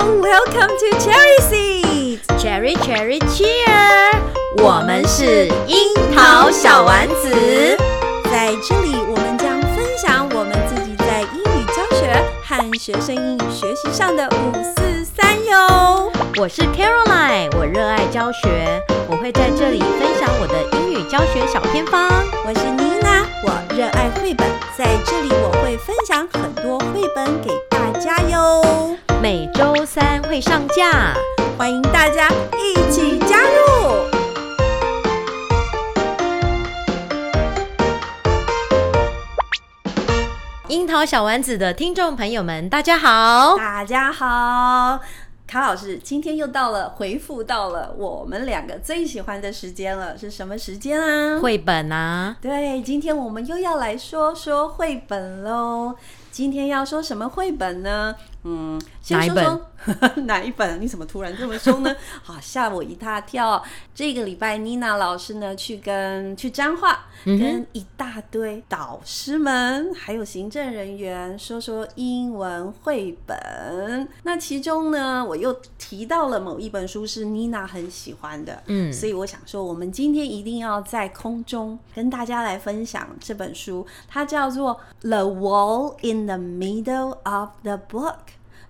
Welcome to Cherry Seed， Cherry Cherry Cheer，我们是樱桃小丸子。在这里我们将分享我们自己在英语教学和学生英语学习上的五四三哟。我是 Caroline，我热爱教学，我会在这里分享我的英语教学小偏方。我是妮娜，我热爱绘本，在这里我会分享很多绘本给大家哟，每周三会上架。欢迎大家一起加入。樱桃小丸子的听众朋友们，大家好。大家好，卡老师，今天又到了回复到了我们两个最喜欢的时间了，是什么时间啊？绘本啊，对，今天我们又要来说说绘本喽。今天要说什么绘本呢？嗯，先哪一说说 哪一本？你怎么突然这么说呢？ 啊，吓我一大跳！这个礼拜妮娜老师呢去跟去彰化，嗯哼跟一大堆导师们还有行政人员说说英文绘本。那其中呢，我又提到了某一本书是妮娜很喜欢的，嗯所以我想说，我们今天一定要在空中跟大家来分享这本书，它叫做《The Wall in the Middle of the Book》。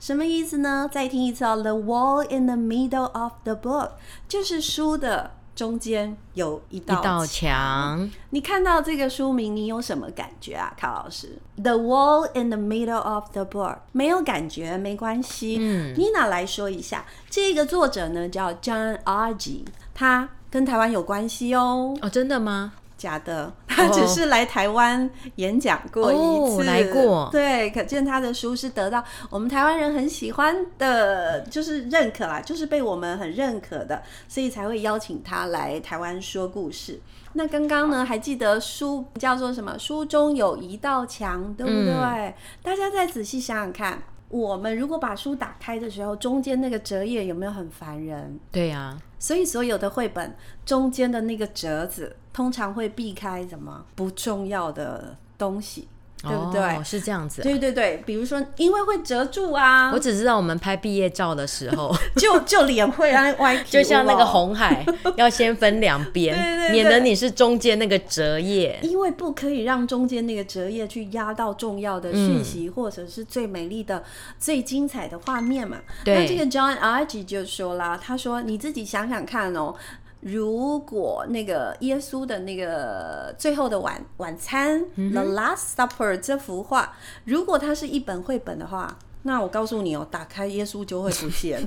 什么意思呢？再听一次哦，《The Wall in the Middle of the Book》就是书的中间有一一道道墙墙，你看到这个书名，你有什么感觉啊，卡老师？The wall in the middle of the book，没有感觉没关系。嗯，Nina 来说一下，这个作者呢叫 John a g e 他跟台湾有关系哦，哦，真的吗？假哦的，他只是来台湾演讲过一次，哦来过对，可见他的书是得到我们台湾人很喜欢的，就是认可啦，就是被我们很认可的，所以才会邀请他来台湾说故事。那刚刚呢，还记得书叫做什么？书中有一道墙，对不对？嗯大家再仔细想想看，我们如果把书打开的时候，中间那个折页有没有很烦人？对呀、所以所有的绘本中间的那个折子，通常会避开什么不重要的东西，啊，对不对？哦、是这样子。对对对，比如说，因为会折住啊我，只知道我们拍毕业照的时 候，啊就就脸会啊 歪屁股就像那个哦红海，要先分两 边，对对对免得你是中间那个折页。因为不可以让中间那个折页去压到重要的讯息，嗯或者是最美丽的、最精彩的画面嘛。对那这个 John a g 就说啦，他说你自己想想看哦。如果那个耶稣的那个最后的晚晚餐、The 嗯 Last Supper》这幅画，如果它是一本绘本的话，那我告诉你哦，打开耶稣就会不 见，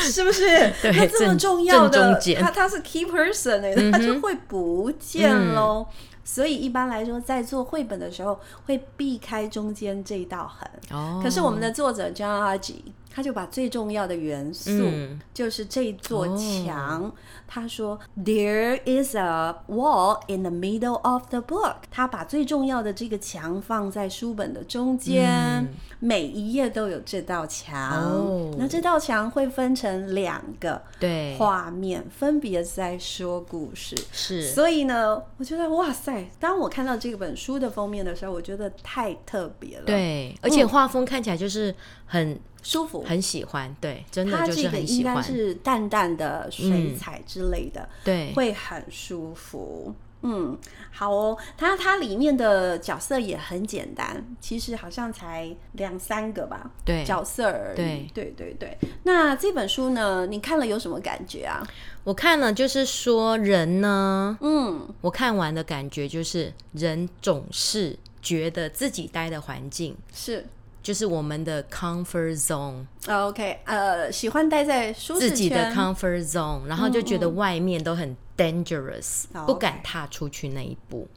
是不是？对那这么正重要正的中，间他他是 key person 哎、嗯他就会不见喽。所以一般来说，在做绘本的时候会避开中间这一道痕。哦可是我们的作者 John a g 他就把最重要的元素，嗯哦就是这一座墙。他说：“There is a wall in the middle of the book。”他把最重要的这个墙放在书本的中间，每一页都有这道墙。嗯哦那这道墙会分成两个对，画面，分别在说故事。是所以呢，我觉得哇塞！当我看到这本书的封面的时候，我觉得太特别了，，对，而且嗯画风看起来就是很舒服，很喜欢，对，真的它就这是个很应喜该欢，是淡淡的水彩之类的，嗯对，会很舒服。嗯，好哦，它它里面的角色也很简单，其实好像才两三个吧，对角色而已。对对对对那这本书呢，你看了有什么感觉啊？我看了，就是说人呢，嗯，我看完的感觉就是人总是觉得自己待的环境是就是我们的 comfort zone，呃 OK，呃，喜欢待在舒适自己的圈嗯 comfort zone，然后就觉得外面都很 dangerous，好不敢踏出去那一步，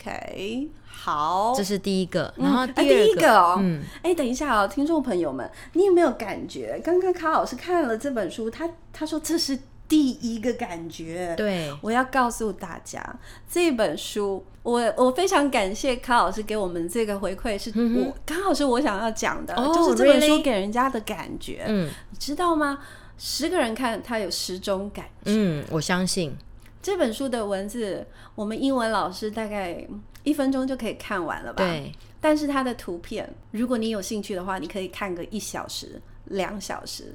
OK，好，这是第一个。然后哦哎第第一二个哦，嗯，哎、等一下哦，听众朋友们，你有没有感觉？刚刚卡老师看了这本书，他他说这是第一个感觉。，对，我要告诉大家，这本书，我我非常感谢卡老师给我们这个回馈，是我卡、老师我想要讲的嗯哦就是这本书 really？给人家的感觉，嗯你知道吗？十个人看，他有十种感觉。嗯，我相信，这本书的文字，我们英文老师大概一分钟就可以看完了吧？。对，但是它的图片，如果你有兴趣的话，你可以看个一小时、两小时。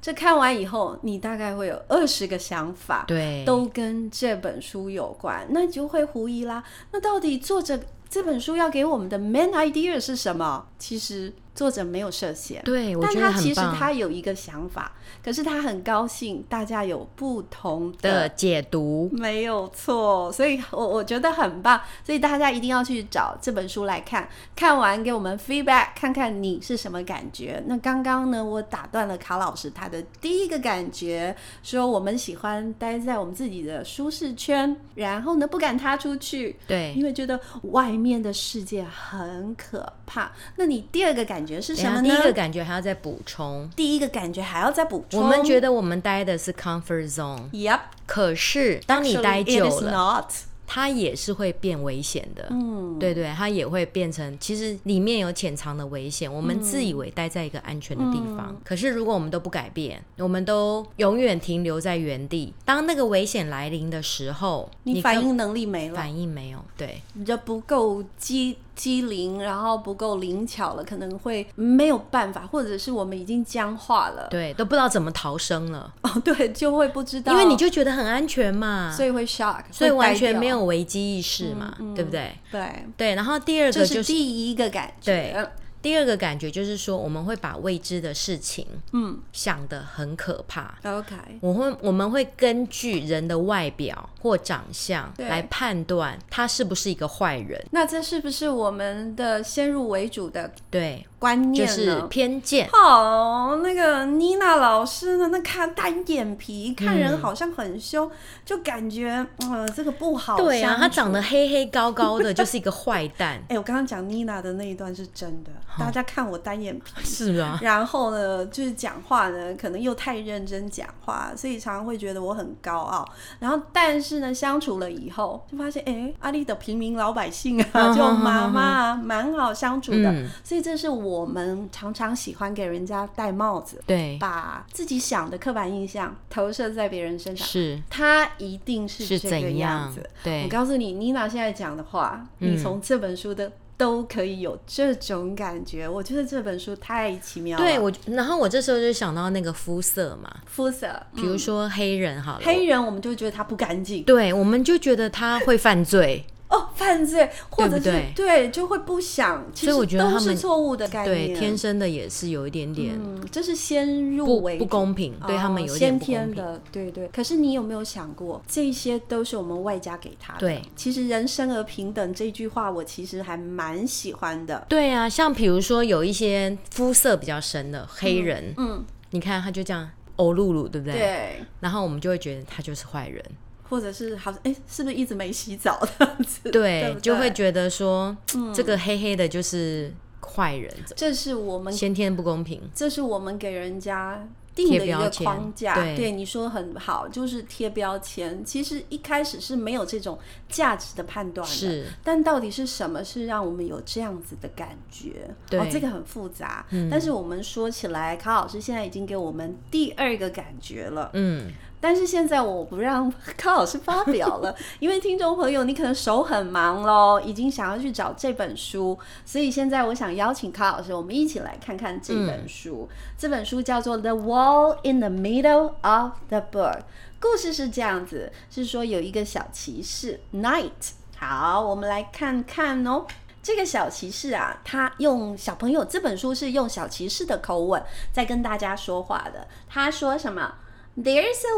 这看完以后，你大概会有二十个想法，对，都跟这本书有关，那你就会狐疑啦。那到底作者这本书要给我们的 main idea 是什么？其实作者没有涉嫌，对，哎我但觉他得其很实棒他有一个想法，可是他很高兴大家有不同的解读。没有错，所以我我觉得很棒，所以大家一定要去找这本书来看，看完给我们 feedback，看看你是什么感觉。那刚刚呢，我打断了卡老师他的第一个感觉，说我们喜欢待在我们自己的舒适圈，然后呢不敢踏出去，对，因为觉得外面的世界很可怕。那你第二个感觉是等一什么下呢？啊第一个感觉还要再补充，第一个感觉还要再补充，我们觉得我们待的是 comfort zone， ，Yep，可是当你待 actually it 久 is 了， not，它也是会变危险的。嗯。对对，它也会变成，其实里面有潜藏的危险。我们自以为待在一个安全的地方，嗯可是如果我们都不改变，我们都永远停留在原地，当那个危险来临的时候，你根反应能力没了，反应没有，对你就不够机机灵，然后不够灵巧了，可能会没有办法，或者是我们已经僵化了。对，都不知道怎么逃生了，哦，对，就会不知道，因为你就觉得很安全嘛，所以会 shock，所以会完呆全掉没有危机意识嘛，对不对？对，对，然后第二这个是就是第一个感觉。对第二个感觉就是说，我们会把未知的事情嗯想得很可怕， ，OK，我会我们会根据人的外表或长相对来判断他是不是一个坏人，那这是不是我们的先入为主的对，观就念是呢？偏见。哦，那个妮娜老师呢？那看单眼皮，看嗯人好像很凶，就感觉呃这个不好。对啊，他长长得黑黑高高的，就是一个坏 蛋，哎、我刚刚讲妮娜的那一段是真的，大家看我单 眼皮，是啊，然后呢，就是讲话呢，可能又太认真讲话，所以常常会觉得我很高傲。然后，但是呢，相处了以后，就发现，哎、阿丽的平民老百姓啊，嗯 就哼哼妈哼妈啊，蛮好相处的。嗯所以，这是我们常常喜欢给人家戴帽子，对，把自己想的刻板印象投射在别人身上。是他一定是是这个怎样样子，？我对，告诉你，妮娜现在讲的话，嗯你从这本书的都可以有这种感觉。我觉得这本书太奇妙了。对我，然后我这时候就想到那个肤色嘛，肤色，比如说黑人好了，嗯黑人我们就觉得他不干净对，我们就觉得他会 犯罪，哦，犯罪，或者是对不就会不想，其所以实我觉得他都们是错误的概念。对，天生的也是有一点点哎嗯，这是先入不为不主。公平，对他们哦有一点先不公天平，的，对对。可是你有没有想过，这些都是我们外加给他的？对，其实“人生而平等”这句话，我其实还蛮喜欢的。对啊，像比如说有一些肤色比较深的黑人，嗯，你看他就这样欧露露，对不对？对。然后我们就会觉得他就是坏人，或者是好像哎、是不是一直没洗澡这样子？对不嗯对就会觉得说、这个黑黑的就是坏人，这是我们先天不公平。这是我们给人家定的一贴个标签框架。对你说很好，就是贴标签。其实一开始是没有这种价值的判断的。是，但到底是什么是让我们有这样子的感觉？对嗯哦，这个很复杂。但是我们说起来，卡老师现在已经给我们第二个感觉了。嗯，但是现在我不让 高老师发表了，因为听众朋友你可能手很忙喽，已经想要去找这本书，所以现在我想邀请高老师，我们一起来看看这本书。这本书叫做《The Wall in the Middle of the Book》，故事是这样子，是说有一个小骑士 Knight。好，我们来看看哦。这个小骑士啊，他用小朋友这本书是用小骑士的口吻在跟大家说话的。他说什么？There's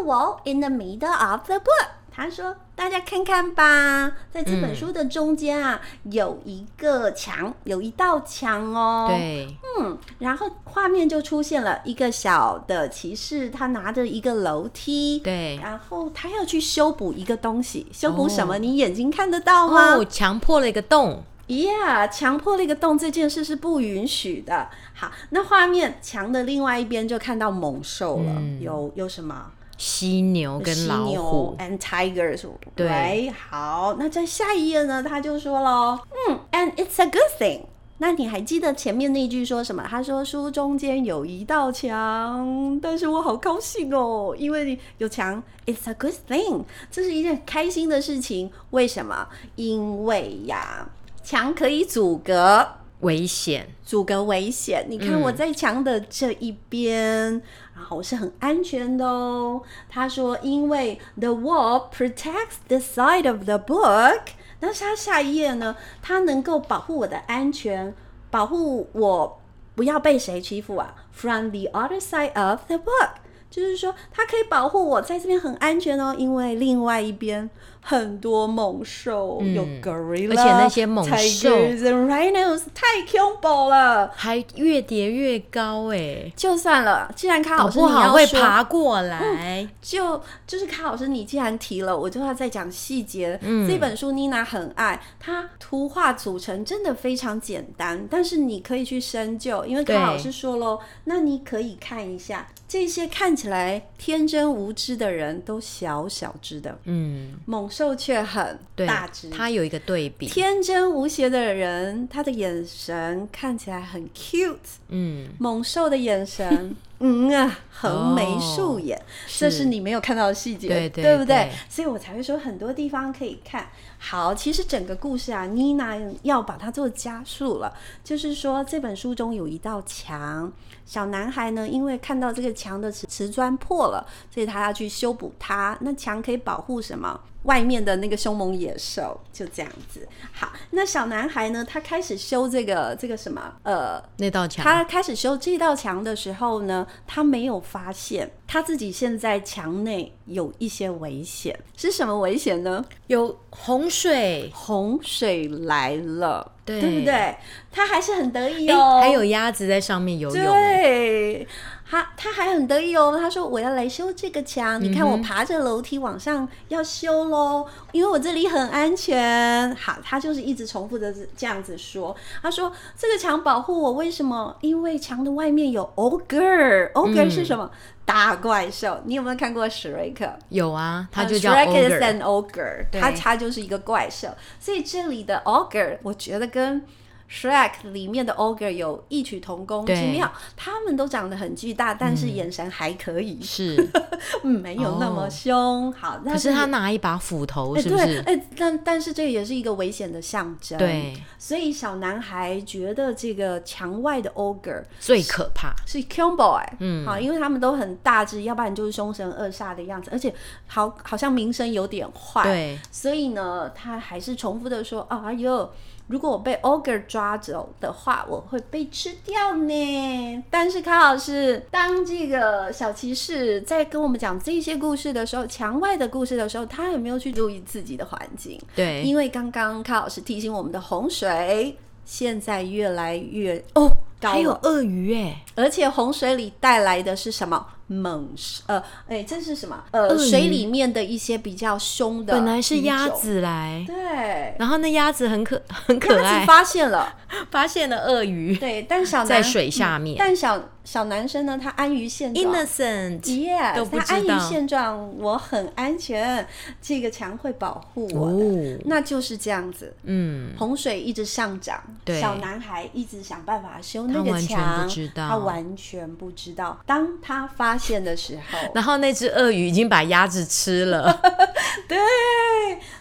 a wall in the middle of the book。他说：“大家看看吧，在这本书的中间啊，有一个墙，有一道墙哦。对，嗯，然后画面就出现了一个小的骑士，他拿着一个楼梯，对。然后他要去修补一个东西，修补什么？哦你眼睛看得到吗？哦，强迫了一个洞， Yeah，强迫了一个洞这件事是不允许的。好，那画面墙的另外一边就看到猛兽了，嗯有有什么？犀牛犀跟老牛虎， and tigers，对 right？好，那在下一页呢，他就说了，嗯，and it's a good thing。那你还记得前面那句说什么？他说书中间有一道墙，但是我好高兴哦，因为有墙，It's a good thing，这是一件开心的事情。为什么？因为呀，墙可以阻隔。危险，阻隔危险。你嗯看我在墙的这一边，然后我是很安全的哦。他说，因为 the wall protects the side of the book，但是它下一页呢，它能够保护我的安全，保护我不要被谁欺负啊，from the other side of the book。就是说，它可以保护我在这边很安全哦，因为另外一边很多猛兽，有 gorilla，嗯而且那些猛兽 tigers and rhinos 太恐怖了。还越叠越高哎、就算了，既然卡搞老师不你要好会说爬过来。就就是卡老师，你既然提了，我就要再讲细节。这本书妮娜很爱，它图画组成真的非常简单，但是你可以去深究，因为卡对老师说喽，那你可以看一下这些看起来天真无知的人都小小只的，嗯，猛兽却很对大只。，它有一个对比。天真无邪的人，他的眼神看起来很 cute，嗯，猛兽的眼 神，嗯啊，横眉竖眼，这是你没有看到的细节，哦对对不对所以我才会说很多地方可以看。好，其实整个故事啊，妮娜要把它做加速了，就是说这本书中有一道墙，小男孩呢因为看到这个墙的瓷瓷砖破了，所以他要去修补它。那墙可以保护什么？外面的那个凶猛野兽就这样子。好，那小男孩呢，他开始修这个这个什么呃那道墙，他开始修这道墙的时候呢，他没有发现他自己现在墙内有一些危险，是什么危险呢？有洪水，洪水来了，对对不对？他还是很得意哎、哦，还有鸭子在上面游泳欸。对，他他还很得意哦，他说我要来修这个墙，嗯你看我爬着楼梯往上要修喽，因为我这里很安全。好，他就是一直重复的这样子说，他说这个墙保护我，为什么？因为墙的外面有 ogre，ogre 嗯是什么？大怪兽，你有没有看过史瑞克？有啊，它就 s 叫 h r e k is ogre。 an ogre，对它它就是一个怪兽。所以这里的 ogre，我觉得跟 Shrek 里面的 ogre 有异曲同工之对嗯妙，他们都长得很巨大，但是眼神还可以，是， 嗯，没有那么凶。好，那哦可是他拿一把斧头，哎是不对是？哎，但但是这也是一个危险的象征。，对，所以小男孩觉得这个墙外的 ogre 最可怕。是 k i l l Boy，嗯，好，因为他们都很大只，要不然就是凶神恶煞的样子，而且好好像名声有点坏，对，所以呢，他还是重复的说：“啊，哎呦，如果我被 ogre 抓走的话，我会被吃掉呢。”但是卡老师，当这个小骑士在跟我们讲这些故事的时候，墙外的故事的时候，他有没有去注意自己的环境？对，因为刚刚卡老师提醒我们的洪水，现在越来越哦高还有了，鳄鱼哎，而且洪水里带来的是什么？猛兽，呃，哎，这是什么？鳄呃，鱼水里面的一些比较凶的，本来是鸭。子来，对，然后那鸭子很可很可鸭爱子，发现了，发现了鳄鱼对，但小男在水下面但小小男生呢，他安于现状。 ，innocent。 Yes， 都不他安知于道现状，我很安全，这个墙会保护我的。哦，那就是这样子，嗯，洪水一直上涨，对小男孩一直想办法修那他个完墙，全不知道他完全不知道。当他发现的时候，然后 那只鳄鱼已经把鸭子 吃了，对，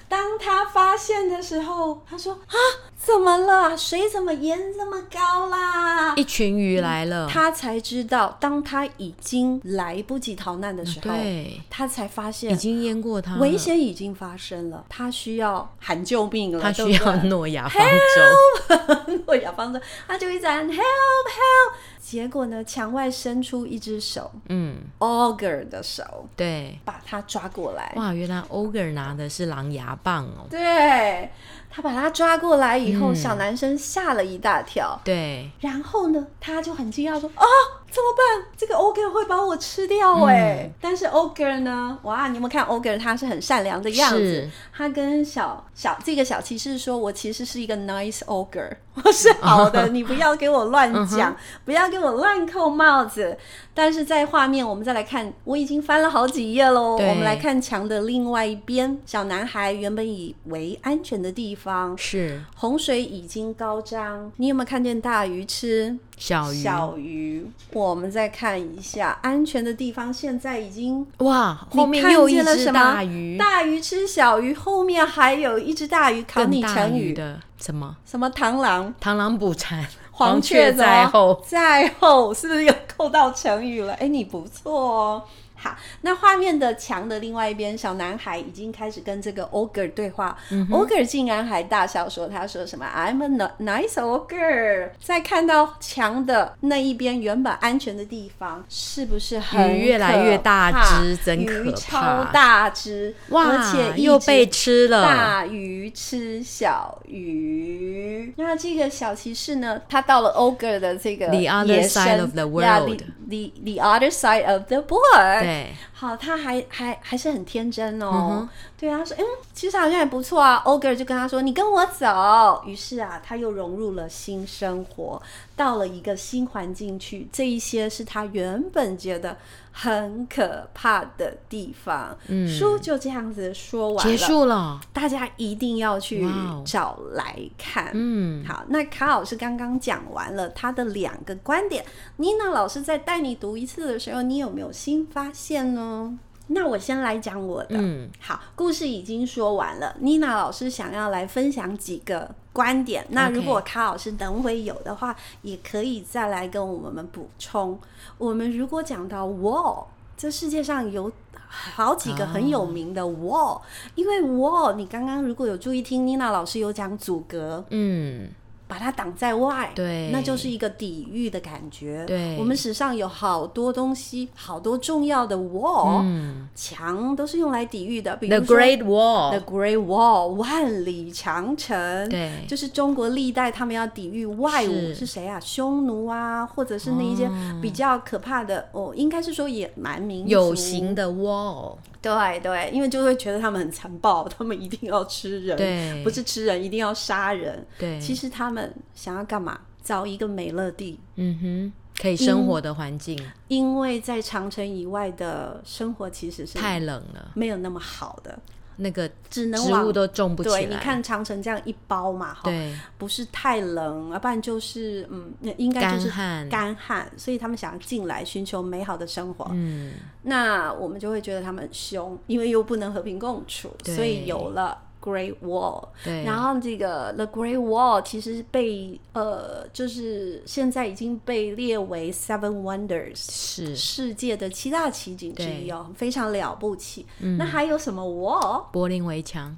当他发现的时候，他说：“啊，怎么了？水怎么淹这么高啦？”一群鱼 来了，他才知道，当他已经来不及逃难的时候，啊对，他才发现已经嗯淹过它了，危险已经发生了，他需要喊救命了，他对需不要 对诺亚方舟，诺亚方舟，他就一直喊 help help。结果呢，墙外伸出一只手嗯， ，ogre 的手，对，把他抓过来。哇，原来 ogre 拿的是狼牙棒哦，对他把他抓过嗯来以后，小男生吓了一大跳。对，然后呢，他就很惊讶说：“哦，怎么办？这个 ogre 会把我吃掉哎、嗯但是 ogre 呢？哇，你有没有看 ogre？他是很善良的样子是。他跟小小这个小骑士说：“我其实是一个 nice ogre，我 是好 的，你不要给我乱嗯讲，不要给我乱扣帽子。”但是在画面，我们再来看，我已经翻了好几页喽。对我们来看墙的另外一边，小男孩原本以为安全的地方，是洪水已经高涨。你有没有看见大鱼吃？小鱼，小鱼，我们再看一下安全的地方，现在已经哇，后面你看又一见了只什么大鱼，大鱼吃小鱼，后面还有一只大鱼考更你大成鱼语，的什么？什么螳螂、螳螂捕蝉， 雀雀怎么在后。 在后是不是又扣到成语了？哎，你不错哦。好，那画面的墙的另外一边，小男孩已经开始跟这个 ogre 对话、o 嗯 g r e 竟然还大笑说：“他说什么 I'm a nice ogre。”再看到墙的那一边，原本安全的地方，是不是很鱼越来越大只可怕真鱼可超怕大只，哇，而且一又直被吃了，大鱼吃小鱼。那这个小骑士呢，他到了 ogre 的这个 The other 野生 side of the yeah, world. the, the the other side of the board。对，好，他还还还是很天真哦。嗯哼对啊，他说，嗯，其实好像也不错啊。Ogre 就跟他说，你跟我走。于是啊，他又融入了新生活，到了一个新环境去。这一些是他原本觉得很可怕的地方。嗯，书就这样子说完了结。束了，大家一定要去哇哦找来看。嗯，好，那卡老师刚刚讲完了他的两个观点，妮娜老师在带你读一次的时候，你有没有新发现呢？那我先来讲我的。嗯，好，故事已经说完了，妮娜老师想要来分享几个观点。那 OK 如果卡老师等会有的话，也可以再来跟我们补充。我们如果讲到 wall，这世界上有好几个很有名的 wall，、因为 wall，你刚刚如果有注意听，妮娜老师有讲阻隔，嗯，把它挡在外，对那就是一个抵御的感觉。对我们史上有好多东西，好多重要的 wall、嗯墙都是用来抵御的，比如 The 说 Great The Wall， Great Wall 万里长城，对就是中国历代他们要抵御外武是是哦谁啊？匈奴啊，或者是那一些比较可怕的哦应该是说野蛮民族有形的 Wall，对对，因为就会觉得他们很残暴，他们一定要吃人，对不是吃人一定要杀人。对，其实他们想要干嘛？找一个美乐地，嗯哼，可以生活的环境因为在长城以外的生活其实是太冷了，没有那么好的，那个只能植往物都种不起来。对，你看长城这样一包嘛，哈，对，不是太冷，啊要不然就是嗯，应该就是干旱干旱，所以他们想要进来寻求美好的生活。嗯，那我们就会觉得他们很凶，因为又不能和平共处，对所以有了 Great Wall。对，然后这个 The Great Wall 其实被呃，就是现在已经被列为 Seven Wonders 是世界的七大奇景之对嗯一哦，非常了不起。那还有什么 Wall？Yeah，the 柏林围墙，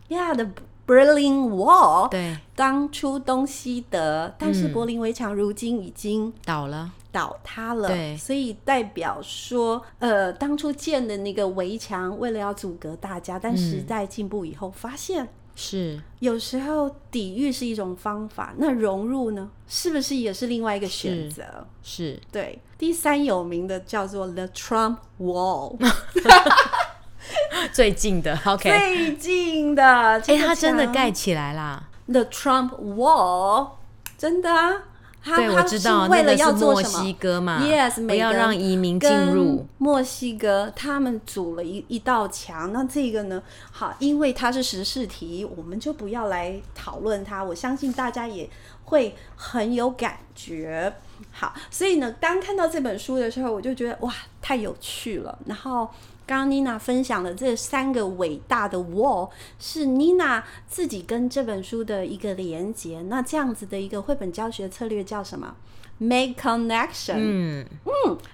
Berlin Wall。对，当初东西德，但嗯是柏林围墙如今已经倒了，倒塌了，对所以代表说，呃，当初建的那个围墙，为了要阻隔大家，但时代进步以后，发现是有时候抵御是一种方法，那融入呢，是不是也是另外一个选嗯择？是，对，第三有名的叫做 The Trump Wall， 最近的 OK，哎、最近的，这个它哎真的墙盖起来啦。 The Trump Wall，真的啊，他对，我他知是道，为了那个是要做墨什么西？哥嘛 Yes，不要每个让移民进跟入。墨西哥，他们组了一一道墙。那这个呢？好，因为它是时事题，我们就不要来讨论它。我相信大家也会很有感觉。好，所以呢，当看到这本书的时候，我就觉得哇，太有趣了。然后。刚刚妮娜分享的这三个伟大的 wall 是妮娜自己跟这本书的一个连接。那这样子的一个绘本教学策略叫什么？Make connection。嗯，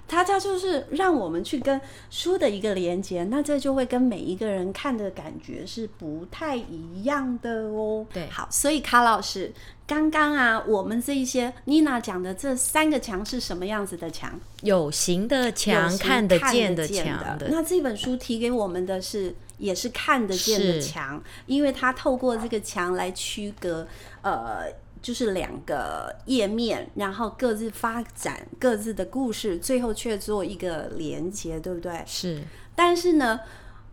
它它就是让我们去跟书的一个连接，那这就会跟每一个人看的感觉是不太一样的哦。对好，所以卡老师刚刚啊，我们这一些妮娜讲的这三个墙是什么样子的墙？有形的有墙，形看得见的墙的，那这本书提给我们的是，也是看得见的是墙，因为它透过这个墙来区隔，呃。就是两个页面，然后各自发展各自的故事，最后却做一个连接，对不对？是但是呢，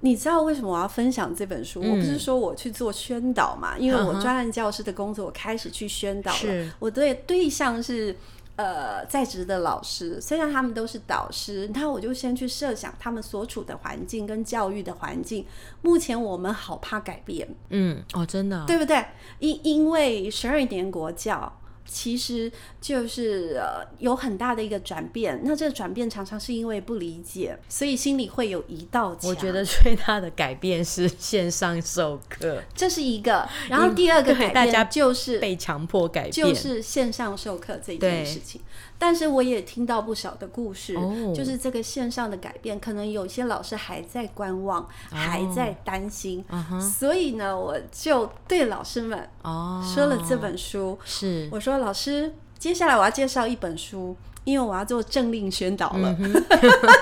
你知道为什么我要分享这本书？嗯我不是说我去做宣导嘛，因为我嗯哼专案教师的工作，我开始去宣导了是。我对对象是。呃，在职的老师，虽然他们都是导师，那我就先去设想他们所处的环境跟教育的环境。目前我们好怕改变，嗯哦，真的哦、对不对？因因为十二年国教其实就是呃有很大的一个转变，那这个转变常常是因为不理解，所以心里会有一道墙。我觉得最大的改变是线上授课，这是一个，然后第二个因为改大家变就是被强迫改变，就是线上授课这件对事情。但是我也听到不少的故事，哦就是这个线上的改变，可能有些老师还在观望，还在担心。哦嗯哼所以呢，我就对老师们哦，说了这本书，是我说老师，接下来我要介绍一本书，因为我要做政令宣导了，嗯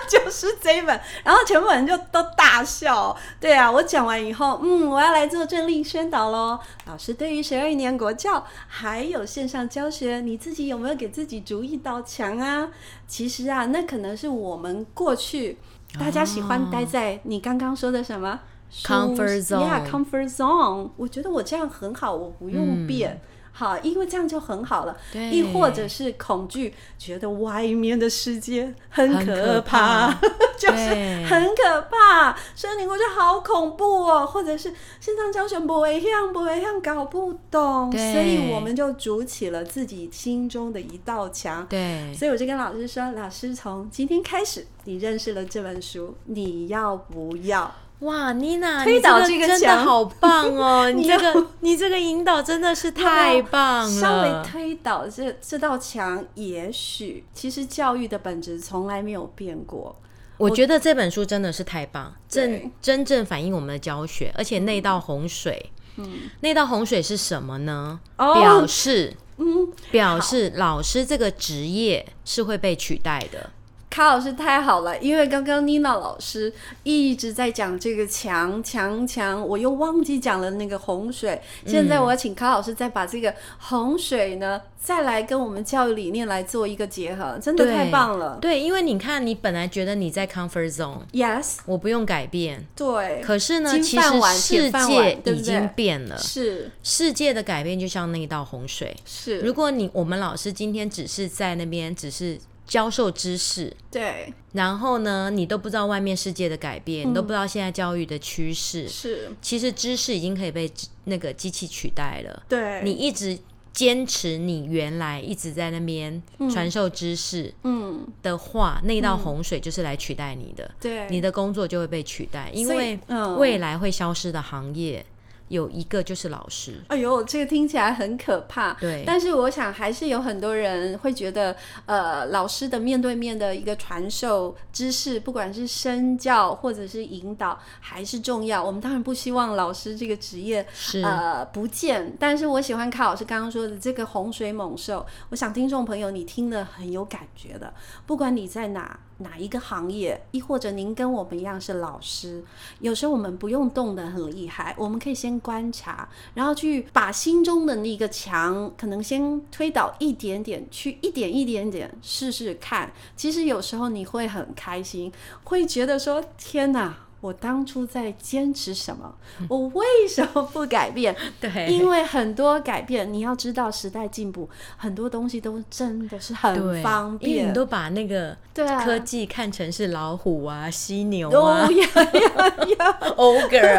就是这一本。然后全部人就都大笑。对啊，我讲完以后，嗯，我要来做政令宣导喽。老师对于十二年国教还有线上教学，你自己有没有给自己筑一道墙啊？其实啊，那可能是我们过去大家喜欢待在你刚刚说的什么？啊 Comfort yeah, zone comfort zone。我觉得我这样很好，我不用变。好，因为这样就很好了。嗯对亦或者是恐惧，觉得外面的世界很很可可怕，怕 就是对很可怕。森林国家好恐怖哦，或者是线上教学不会样，不会样，搞不懂。对所以我们就筑起了自己心中的一道墙。对所以我就跟老师说，老师从今天开始，你认识了这本书，你要不要？哇，妮娜，推你倒这这个真墙的好棒 哦！你你要这个你这个引导真的是太棒了，稍微推倒这这道墙，也许其实教育的本质从来没有变过。我觉得这本书真的是太棒，对真真正反映我们的教学，而且那道洪水，嗯，那道洪水是什么呢？哦表示，嗯，表示老师这个职业是会被取代的，卡老师太好了，因为刚刚妮娜老师一直在讲这个墙墙墙，我又忘记讲了那个洪水。嗯现在我要请卡老师再把这个洪水呢，再来跟我们教育理念来做一个结合，真的对太棒了。对，因为你看，你本来觉得你在 comfort zone， Yes，我不用改变，对，可是呢，金其饭实碗铁世饭界碗对不对已经变了，是世界的改变就像那一道洪水。如是，果你我们老师今天只是在那边只是教授知识，对然后呢，你都不知道外面世界的改变，嗯你都不知道现在教育的趋势。是，其实知识已经可以被机那个机器取代了。对，你一直坚持你原来一直在那边传授知识嗯，的话，那道洪水就是来取代你的，对，你的工作就会被取代，因所以为嗯未来会消失的行业有一个就是老师。哎呦，这个听起来很可怕。对但是我想还是有很多人会觉得，呃，老师的面对面的一个传授知识，不管是身教或者是引导，还是重要。我们当然不希望老师这个职业是呃不见，但是我喜欢卡老师刚刚说的这个洪水猛兽，我想听众朋友你听了很有感觉的，不管你在哪哪一个行业，亦或者您跟我们一样是老师，有时候我们不用动得很厉害，我们可以先观察，然后去把心中的那个墙可能先推倒一点点，去一点一点点试试看。其实有时候你会很开心，会觉得说天哪。我当初在坚持什么？我为什么不改变？嗯对因为很多改变，你要知道时代进步，很多东西都真的是很对，方因为便你。都把那个对啊科技看成是老虎啊、犀牛啊哦、呀呀呀！ogre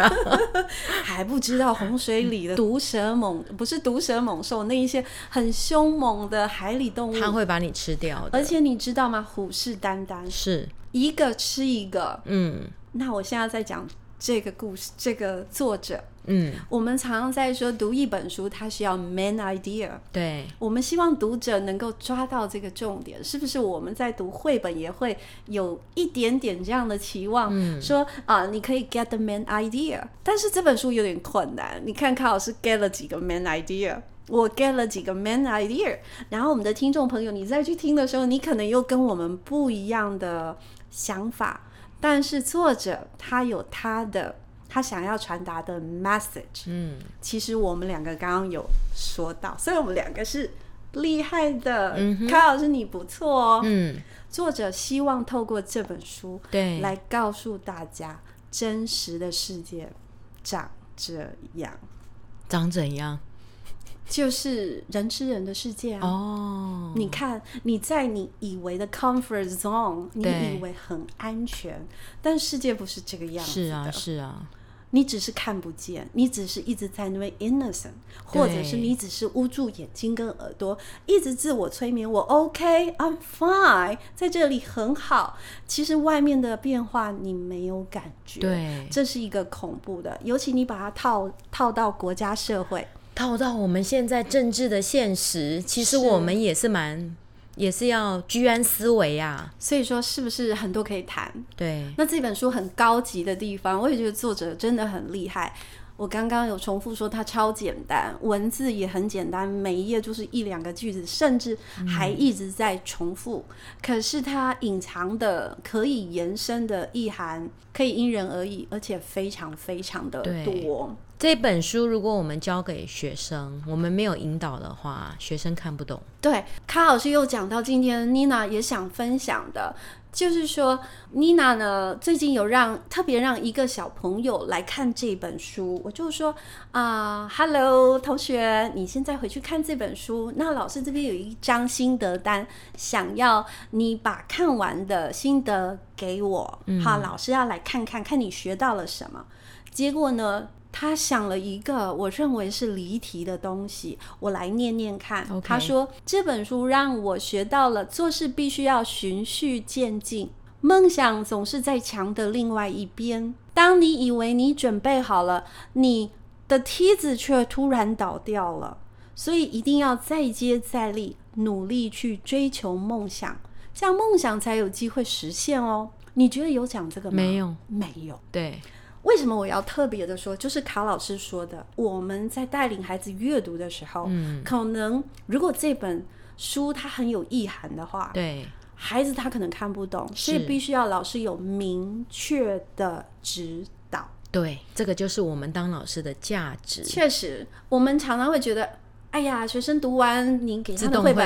啊，还不知道洪水里的毒蛇猛，不是毒蛇猛兽，那一些很凶猛的海里动它物。会把你吃掉的。而且你知道吗？虎视眈眈，是，一个吃一个。嗯那我现在在讲这个故事，这个作者，嗯，我们常常在说读一本书，它需要 main idea。对，我们希望读者能够抓到这个重点，是不是？我们在读绘本也会有一点点这样的期望，说啊、你可以 get the main idea。但是这本书有点困难，你看卡老师 get 了几个 main idea。我 get 了几个 main idea，然后我们的听众朋友，你再去听的时候，你可能又跟我们不一样的想法，但是作者他有他的他想要传达的 message。嗯，其实我们两个刚刚有说到，所以我们两个是厉害的。嗯哼凯老师你不错哦。嗯，作者希望透过这本书对，来告诉大家，真实的世界长这样，长怎样？就是人吃人的世界啊。哦，你看，你在你以为的 comfort zone，你对以为很安全，但世界不是这个样子是的。啊，是啊，你只是看不见，你只是一直在那边 innocent，或者是你只是捂住眼睛跟耳朵，一直自我催眠。我 OK，I'm、fine，在这里很好。其实外面的变化你没有感觉，，对，这是一个恐怖的，尤其你把它套套到国家社会，套到我们现在政治的现实，其实是我们也是蛮，也是要居安思危啊。所以说是不是很多可以谈？对，那这本书很高级的地方，我也觉得作者真的很厉害。我刚刚有重复说它超简单，文字也很简单，每一页就是一两个句子，甚至还一直在重复。可是它隐藏的、可以延伸的意涵，可以因人而异，而且非常非常的对多。这本书如果我们交给学生，我们没有引导的话，学生看不懂。对，卡老师又讲到今天妮娜也想分享的，就是说妮娜呢最近有让特别让一个小朋友来看这本书，我就说啊、h e l l o 同学，你现在回去看这本书，那老师这边有一张心得单，想要你把看完的心得给我，好，老师要来看看看你学到了什么。结果呢，他想了一个我认为是离题的东西，我来念念看。 OK 他说这本书让我学到了做事必须要循序渐进，梦想总是在墙的另外一边。当你以为你准备好了，你的梯子却突然倒掉了，所以一定要再接再厉，努力去追求梦想，这样梦想才有机会实现哦。你觉得有讲这个吗？没有，没有。对，为什么我要特别的说？就是卡老师说的，我们在带领孩子阅读的时候，嗯，可能如果这本书它很有意涵的话，对，孩子他可能看不懂，所以是必须要老师有明确的指导。对，这个就是我们当老师的价值。确实，我们常常会觉得。哎呀，学生读完您给自他的动绘本，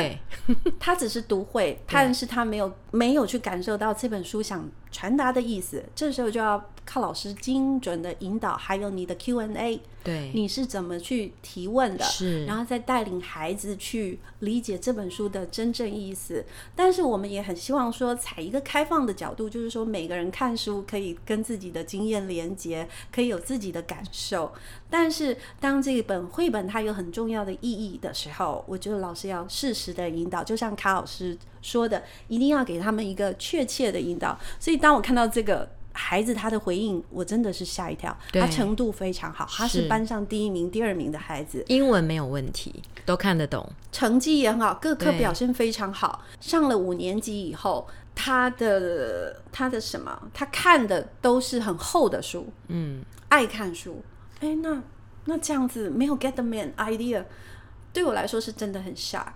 会，他只是读 会，但是他没有没有去感受到这本书想传达的意思。这时候就要靠老师精准的引导，还有你的 Q&A，对，你是怎么去提问的，是然后再带领孩子去理解这本书的真正意思。但是我们也很希望说，采一个开放的角度，就是说每个人看书可以跟自己的经验连接，可以有自己的感受。但是当这本绘本它有很重要的意义的时候，我觉得老师要适时的引导，就像卡老师说的，一定要给他们一个确切的引导。所以当我看到这个。孩子他的回应，我真的是吓一跳，对他程度非常好，他是是班上第一名、第二名的孩子，英文没有问题，都看得懂。成绩也很好，各科对表现非常好。上了五年级以后，他的他的什么，他看的都是很厚的书，嗯，爱看书。哎，那那这样子没有 get the man idea，对我来说是真的很 shock。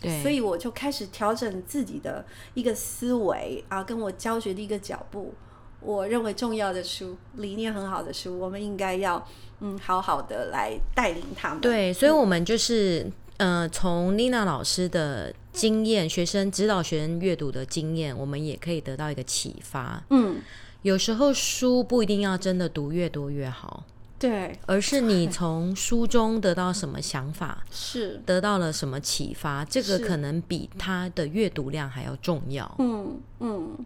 对，所以我就开始调整自己的一个思维啊，跟我教学的一个脚步。我认为重要的书，理念很好的书，我们应该要嗯好好的来带领他们。对，所以我们就是呃，从丽娜老师的经验，学生指导学生阅读的经验，我们也可以得到一个启发。嗯，有时候书不一定要真的读越多越好，对，而是你从书中得到什么想法，是，得到了什么启发，这个是可能比它的阅读量还要重要。嗯嗯。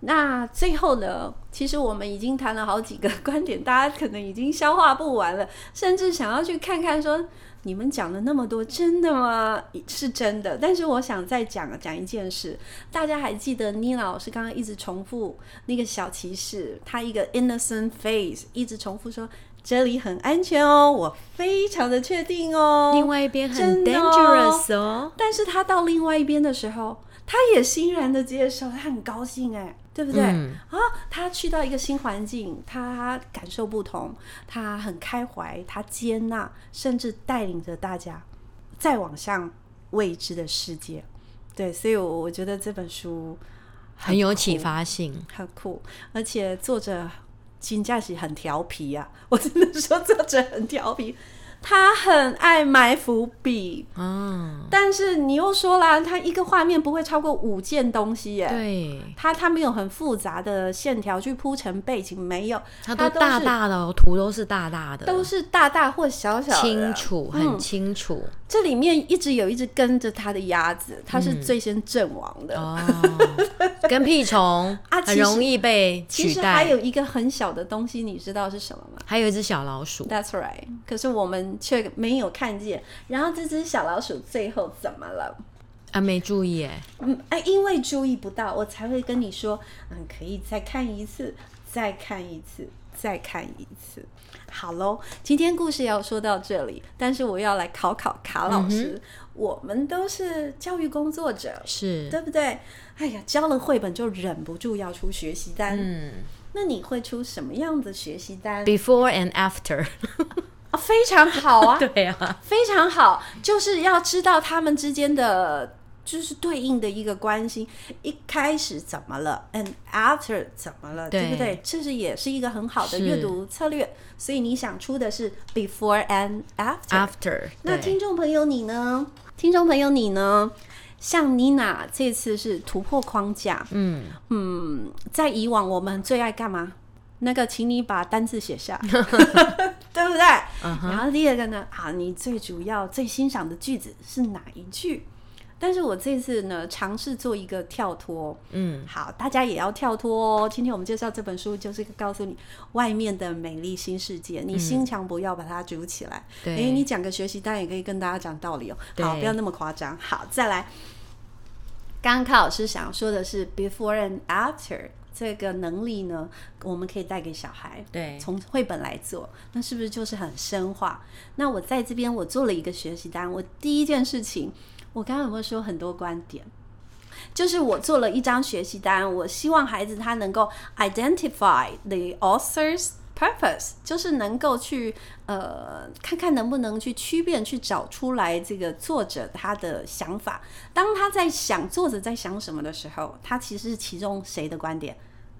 那最后呢，其实我们已经谈了好几个观点，大家可能已经消化不完了， 甚至想要去看看说你们讲了那么多，真的吗？是真的。但是我想再讲讲一件事，大家还记得妮娜老师刚刚一直重复那个小骑士，他一个 innocent face，一直重复说这里很安全哦，我非常的确定哦。另外一边很真的哦 dangerous 哦，但是他到另外一边的时候，他也欣然的接受，他很高兴哎，对不对？嗯啊，他去到一个新环境，他感受不同，他很开怀，他接纳，甚至带领着大家再往向未知的世界。对，所以我我觉得这本书很有酷启发性。很酷，而且作者金佳喜很调皮啊，我真的说作者很调皮，他很爱埋伏笔，啊，但是你又说啦，他一个画面不会超过五件东西耶。对，他他没有很复杂的线条去铺成背景，没有，它它都都大是大的、哦，图都是大大的，都是大大或小小的清楚，很清楚。这里面一直有一只跟着他的鸭子，它嗯是最先阵亡的。哦，跟屁虫嗯 啊其很实容易被其取实代。还有一个很小的东西，你知道是什么吗还有一只小老鼠， ？That's right，可是我们却没有看见。然后这只小老鼠最后怎么了？啊，没注意哎，嗯，哎，因为注意不到，我才会跟你说，嗯，可以再看一次，再看一次，再看一次。好喽，今天故事要说到这里，但是我要来考考卡老师，嗯我们都是教育工作者，是，对不对？哎呀，教了绘本就忍不住要出学习单，嗯那你会出什么样子学习单？ ，before and after，啊，非常好啊， 对啊，非常好，就是要知道他们之间的。就是对应的一个关心，一开始怎么了，and after 怎么了，对对不对？这是也是一个很好的是阅读策略。所以你想出的是 before and after。 ，after，那对听众朋友你呢？听众朋友你呢？像妮娜这次是突破框架，嗯，嗯，在以往我们最爱干嘛？那个，请你把单字写 下，对不对嗯然后第二个呢，啊，你最主要最欣赏的句子是哪一句？但是我这次呢，尝试做一个跳脱，嗯，好，大家也要跳脱哦。今天我们介绍这本书，就是告诉你外面的美丽新世界，你心墙不要把它筑起来。嗯对诶你讲个学习单也可以跟大家讲道理哦。好，对不要那么夸张。好，再来。刚刚柯老师想说的是 before and after 这个能力呢，我们可以带给小孩。对，从绘本来做，那是不是就是很深化？那我在这边我做了一个学习单，我第一件事情，我刚刚有没有说很多观点？就是我做了一张学习单，我希望孩子他能够 identify the author's purpose，就是能够去呃看看能不能去区辨去找出来这个作者他的想法。当他在想作者在想什么的时候，他其实是其中谁的观点？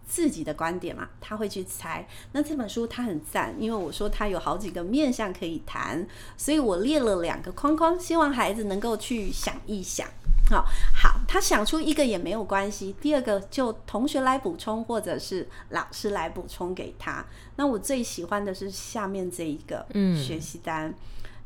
自己的观点嘛，他会去猜。那这本书它很赞，因为我说它有好几个面向可以谈，所以我列了两个框框，希望孩子能够去想一想。好、好，他想出一个也没有关系，第二个就同学来补充，或者是老师来补充给他。那我最喜欢的是下面这一个嗯学习单，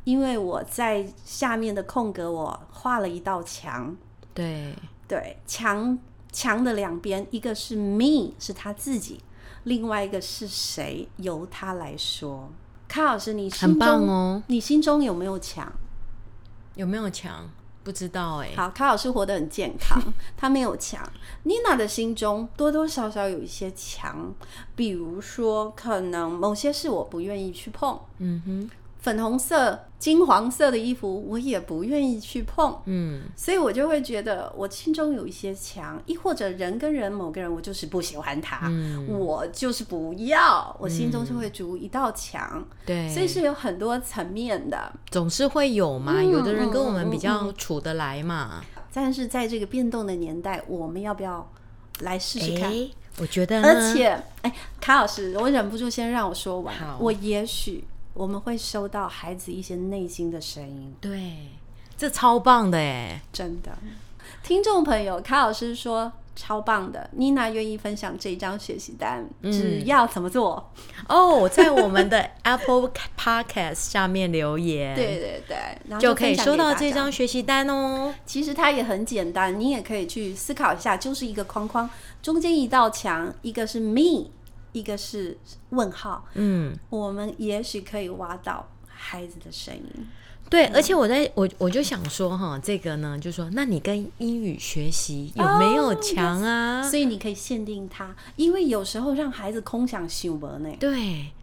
因为我在下面的空格我画了一道墙，对，对，墙墙的两边，一个是 me 是他自己，另外一个是谁由他来说。卡老师，你心很棒中哦。你心中有没有墙？有没有墙？不知道哎、好，卡老师活得很健康， 他没有墙。妮娜的心中多多少少有一些墙，比如说，可能某些事我不愿意去碰，嗯哼，粉红色、金黄色的衣服我也不愿意去碰。嗯，所以我就会觉得我心中有一些墙，亦或者人跟人某个人，我就是不喜欢他，嗯我就是不要，我心中就会筑一道墙，对，所以是有很多层面的。总是会有嘛。有的人跟我嗯嗯们比嗯较处得来嘛。但是在这个变动的年代，我们要不要来试试看？诶我觉得呢，而且，哎，卡老师，我忍不住先让我说完好。我也许我们会收到孩子一些内心的声音，对，这超棒的哎、真的。听众朋友，卡老师说超棒的，妮娜愿意分享这一张学习单，嗯只要怎么做？哦，在我们的 Apple Podcast 下面留言，对，对对，然后就可以分享收给到大这家。张学习单哦。其实它也很简单，你也可以去思考一下，就是一个框框，中间一道墙，一个是 me，一个是问号，嗯，我们也许可以挖到孩子的声音。对，而且我在我我就想说哈，这个呢，就说那你跟英语学习有没哦有强啊？所以你可以限定它，因为有时候让孩子空想想不呢。对，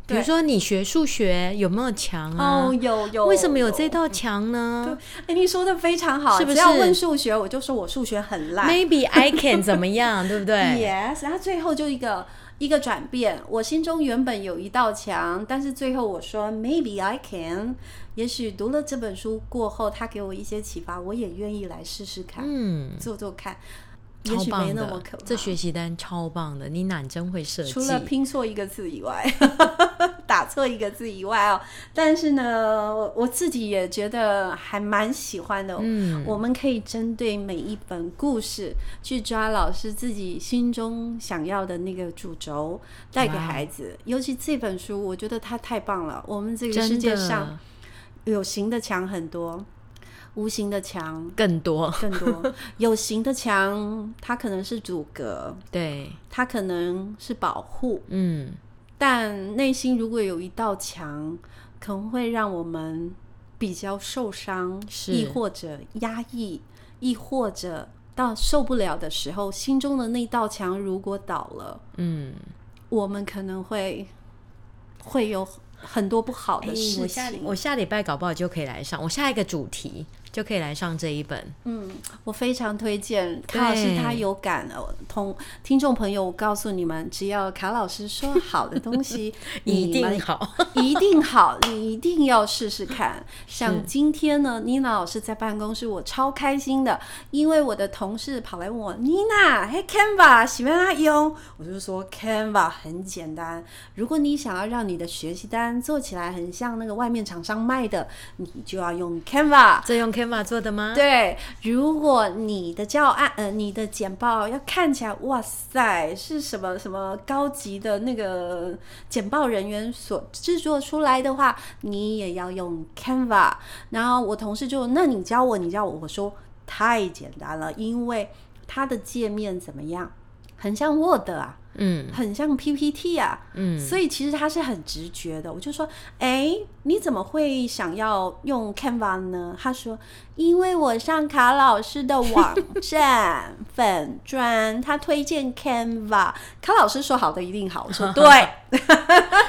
比如对说你学数学有没有强啊？哦，有有，为什么有这道墙呢哎、你说的非常好，嗯是不只要是问数学，我就说我数学很烂。 ？Maybe I can 怎么样，对 不对？ yes，然后最后就一个一个转变，我心中原本有一道墙，但是最后我说 maybe I can，也许读了这本书过后，他给我一些启发，我也愿意来试试看，嗯，做做看。也超许没棒那的么可怕。这学习单超棒的，你哪真会设计。除了拼错一个字以外， 打错一个字以外哦，但是呢，我我自己也觉得还蛮喜欢的。嗯，我们可以针对每一本故事去抓老师自己心中想要的那个主轴，带给哇孩子。尤其这本书，我觉得它太棒了。我们这个真世界的上有形的墙很多，无形的墙更多，更 多。有形的墙，它可能是阻隔，对，它可能是保护，嗯，但内心如果有一道墙，可能会让我们比较受伤，是亦或者压抑，亦或者到受不了的时候，心中的那道墙如果倒了，嗯，我们可能会会有很多不好的哎事我下情。我下礼拜搞不好就可以来上，我下一个主题就可以来上这一本。嗯，我非常推荐卡老师，对，他有感呃同听众朋友，我告诉你们，只要卡老师说好的东西 一你定们好， 一定好，你一定要试试看。像今天呢，妮娜老师在办公室，我超开心的，因为我的同事跑来问我，妮娜，嘿，Canva 喜欢它用，我就说 Canva 很简单，如果你想要让你的学习单做起来很像那个外面厂商卖的，你就要用 Canva。 这用 Canva 做的吗？对，如果你的教案呃，你的简报要看起来，哇塞，是什么什么高级的那个简报人员所制作出来的话，你也要用 Canva。然后我同事就，那你教我，你教我，我说太简单了，因为它的界面怎么样，很像 Word 啊，嗯很像 PPT 啊，嗯，所以其实它是很直觉的。我就说，哎，你怎么会想要用 Canva 呢？他说，因为我上卡老师的网站粉砖，他推荐 Canva。卡老师说好的一定好，我说 对，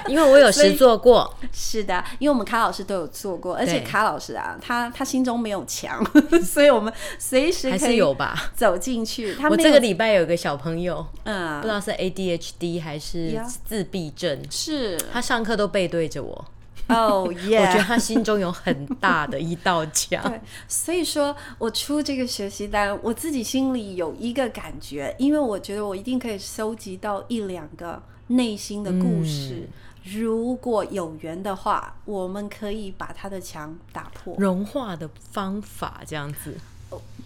因为我有实做过，是的，因为我们卡老师都有做过，而且对卡老师啊，他他心中没有墙， 所以我们随时还可是以有吧。走进去。他我没这个有，礼拜有一个小朋友，嗯不知，道是 ADHD 还是呀自闭症，是他上课都背对着我， 哦耶。我觉得他心中有很大的一道墙 对。，所以说我出这个学习单，我自己心里有一个感觉，因为我觉得我一定可以收集到一两个内心的故嗯事。如果有缘的话，我们可以把他的墙打破，融化的方法这样子，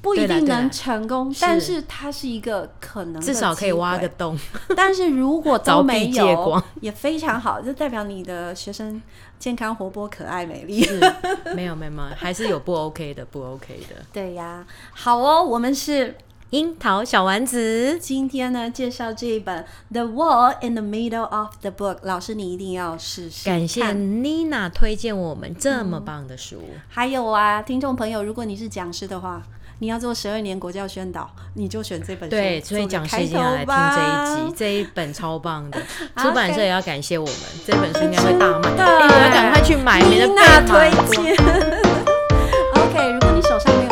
不一对啦定对啦能成功，是但是它是一个可能的至少可以挖机个 会。洞。 但是如果都凿壁没借光有，也非常好，就代表你的学生健康、活泼、可爱、美 丽。没有没有没有，还是有不 OK 的，不 OK 的。对呀，好哦，我们是樱桃小丸子，今天呢，介绍这一本《The Wall in the Middle of the Book》，老师你一定要试试看。感谢妮娜推荐我们这么棒的书，还有啊，听众朋友，如果你是讲师的话，你要做十二年国教宣导，你就选这本书。对，所以做个讲师开一定要头来听这一吧集，。这一本超棒的， 好出版社也要感谢我们，这本书应该会大卖，真的哎我要赶快去买，免得 妮被娜骂推荐。OK，如果你手上没有哦哦